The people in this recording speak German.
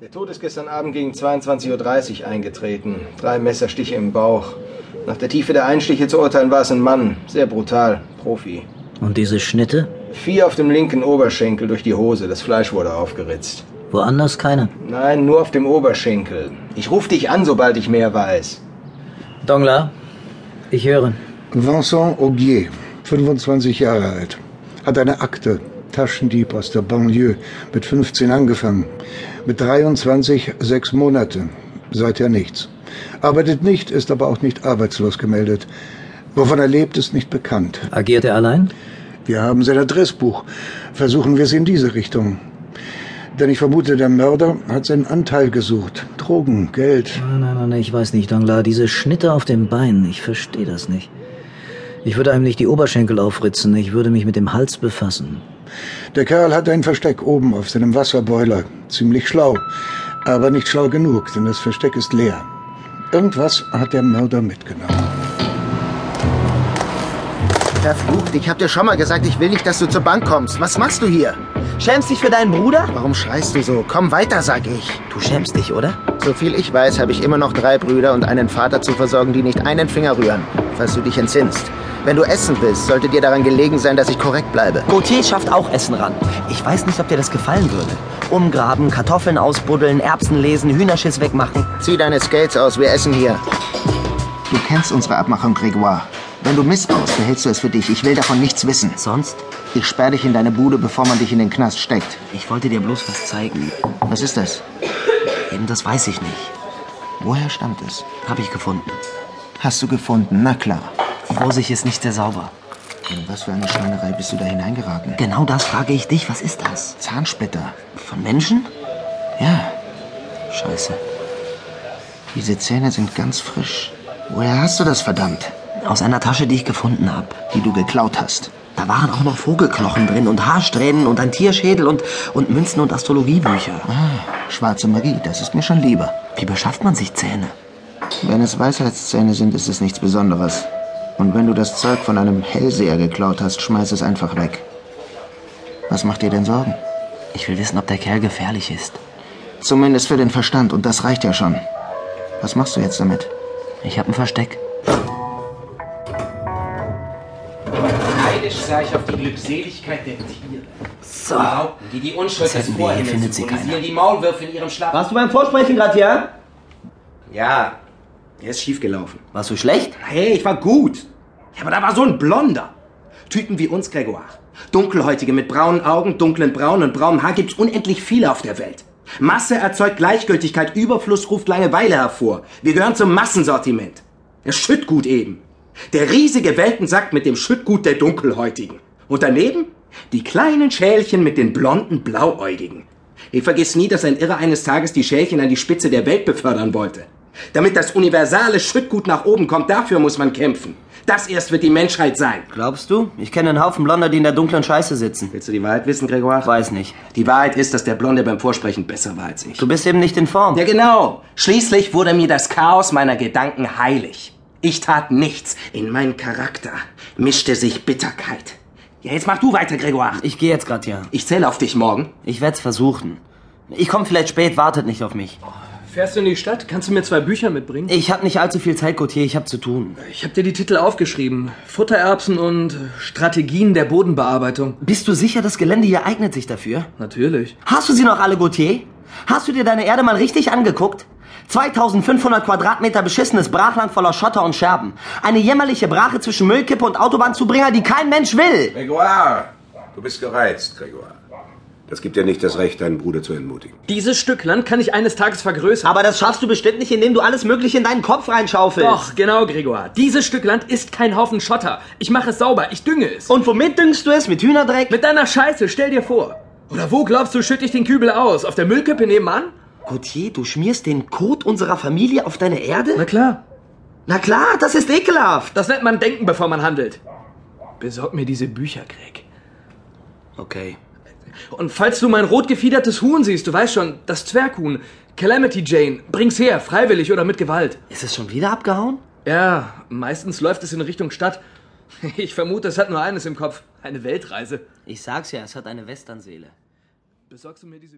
Der Tod ist gestern Abend gegen 22.30 Uhr eingetreten. Drei Messerstiche im Bauch. Nach der Tiefe der Einstiche zu urteilen war es ein Mann. Sehr brutal. Profi. Und diese Schnitte? Vier auf dem linken Oberschenkel durch die Hose. Das Fleisch wurde aufgeritzt. Woanders keine. Nein, nur auf dem Oberschenkel. Ich rufe dich an, sobald ich mehr weiß. Dongla, ich höre. Vincent Augier, 25 Jahre alt, hat eine Akte, Taschendieb aus der Banlieue, mit 15 angefangen, mit 23 sechs Monate, seither nichts. Arbeitet nicht, ist aber auch nicht arbeitslos gemeldet. Wovon er lebt, ist nicht bekannt. Agiert er allein? Wir haben sein Adressbuch. Versuchen wir es in diese Richtung. Denn ich vermute, der Mörder hat seinen Anteil gesucht. Drogen, Geld. Ah, Nein, nein, nein, ich weiß nicht, Dongla. Diese Schnitte auf dem Bein, ich verstehe das nicht. Ich würde einem nicht die Oberschenkel aufritzen, ich würde mich mit dem Hals befassen. Der Kerl hat ein Versteck oben auf seinem Wasserboiler. Ziemlich schlau. Aber nicht schlau genug, denn das Versteck ist leer. Irgendwas hat der Mörder mitgenommen. Verflucht, ich hab dir schon mal gesagt, ich will nicht, dass du zur Bank kommst. Was machst du hier? Schämst dich für deinen Bruder? Warum schreist du so? Komm weiter, sag ich. Du schämst dich, oder? Soviel ich weiß, habe ich immer noch drei Brüder und einen Vater zu versorgen, die nicht einen Finger rühren, falls du dich entsinnst. Wenn du essen willst, sollte dir daran gelegen sein, dass ich korrekt bleibe. Gauthier schafft auch Essen ran. Ich weiß nicht, ob dir das gefallen würde. Um, Umgraben, Kartoffeln ausbuddeln, Erbsen lesen, Hühnerschiss wegmachen. Zieh deine Skates aus, wir essen hier. Du kennst unsere Abmachung, Grégoire. Wenn du missbaust, behältst du es für dich. Ich will davon nichts wissen. Sonst? Ich sperr dich in deine Bude, bevor man dich in den Knast steckt. Ich wollte dir bloß was zeigen. Was ist das? Eben das weiß ich nicht. Woher stammt es? Hab ich gefunden. Hast du gefunden, na klar. Vorsicht ist nicht sehr sauber. In was für eine Schweinerei bist du da hineingeraten? Genau das frage ich dich. Was ist das? Zahnsplitter. Von Menschen? Ja, Scheiße. diese Zähne sind ganz frisch. Woher hast du das, verdammt? Aus einer Tasche, die ich gefunden habe. Die du geklaut hast. Da waren auch noch Vogelknochen drin und Haarsträhnen und ein Tierschädel und, und Münzen und Astrologiebücher. Ah, schwarze Magie, das ist mir schon lieber. Wie beschafft man sich Zähne? Wenn es Weisheitszähne sind, ist es nichts Besonderes. Und wenn du das Zeug von einem Hellseher geklaut hast, schmeiß es einfach weg. Was macht dir denn Sorgen? Ich will wissen, ob der Kerl gefährlich ist. Zumindest für den Verstand, und das reicht ja schon. Was machst du jetzt damit? Ich habe ein Versteck. Neidisch sah ich auf die Glückseligkeit der Tiere. So. Glaubten, die die Unschuld Das hätten des wir, hier Vorhimmels findet sie keiner. symbolisieren, die Maulwürfe in ihrem Schlaf. Warst du beim Vorsprechen gerade, ja? Ja, der ist schiefgelaufen. Warst du schlecht? Hey, ich war gut. Ja, aber da war so ein Blonder. Typen wie uns, Gregoire. Dunkelhäutige mit braunen Augen, dunklen Brauen und braunem Haar gibt's unendlich viele auf der Welt. Masse erzeugt Gleichgültigkeit, Überfluss ruft Langeweile hervor. Wir gehören zum Massensortiment. Der Schüttgut eben. Der riesige Weltensack mit dem Schüttgut der Dunkelhäutigen. Und daneben die kleinen Schälchen mit den blonden Blauäugigen. Ich vergiss nie, dass ein Irrer eines Tages die Schälchen an die Spitze der Welt befördern wollte. Damit das universale Schüttgut nach oben kommt, dafür muss man kämpfen. Das erst wird die Menschheit sein. Glaubst du? Ich kenne einen Haufen Blonder, die in der dunklen Scheiße sitzen. Willst du die Wahrheit wissen, Gregoire? Weiß nicht. Die Wahrheit ist, dass der Blonde beim Vorsprechen besser war als ich. Du bist eben nicht in Form. Ja, genau. Schließlich wurde mir das Chaos meiner Gedanken heilig. Ich tat nichts. In meinen Charakter mischte sich Bitterkeit. Ja, jetzt mach du weiter, Gregoire. Ich gehe jetzt gerade ja. Ich zähle auf dich morgen. Ich werd's versuchen. Ich komme vielleicht spät, wartet nicht auf mich. Fährst du in die Stadt? Kannst du mir zwei Bücher mitbringen? Ich hab nicht allzu viel Zeit, Gautier, ich hab zu tun. Ich habe dir die Titel aufgeschrieben. Futtererbsen und Strategien der Bodenbearbeitung. Bist du sicher, das Gelände hier eignet sich dafür? Natürlich. Hast du sie noch alle, Gautier? Hast du dir deine Erde mal richtig angeguckt? 2500 Quadratmeter beschissenes Brachland voller Schotter und Scherben. Eine jämmerliche Brache zwischen Müllkippe und Autobahnzubringer, die kein Mensch will. Grégoire! Du bist gereizt, Grégoire. Das gibt dir nicht das Recht, deinen Bruder zu entmutigen. Dieses Stück Land kann ich eines Tages vergrößern. Aber das schaffst du bestimmt nicht, indem du alles Mögliche in deinen Kopf reinschaufelst. Doch, genau, Gregor. Dieses Stück Land ist kein Haufen Schotter. Ich mache es sauber. Ich dünge es. Und womit düngst du es? Mit Hühnerdreck? Mit deiner Scheiße, stell dir vor. Oder wo glaubst du, schütte ich den Kübel aus? Auf der Müllkippe nebenan? Gautier, du schmierst den Kot unserer Familie auf deine Erde? klar. Na klar, das ist ekelhaft. Das nennt man denken, bevor man handelt. Besorg mir diese Bücher, Greg. Okay. Und falls du mein rotgefiedertes Huhn siehst, du weißt schon, das Zwerghuhn, Calamity Jane, bring's her, freiwillig oder mit Gewalt. Ist es schon wieder abgehauen? Ja, meistens läuft es in Richtung Stadt. Ich vermute, es hat nur eines im Kopf, eine Weltreise. Ich sag's ja, es hat eine Westernseele. Besorgst du mir diese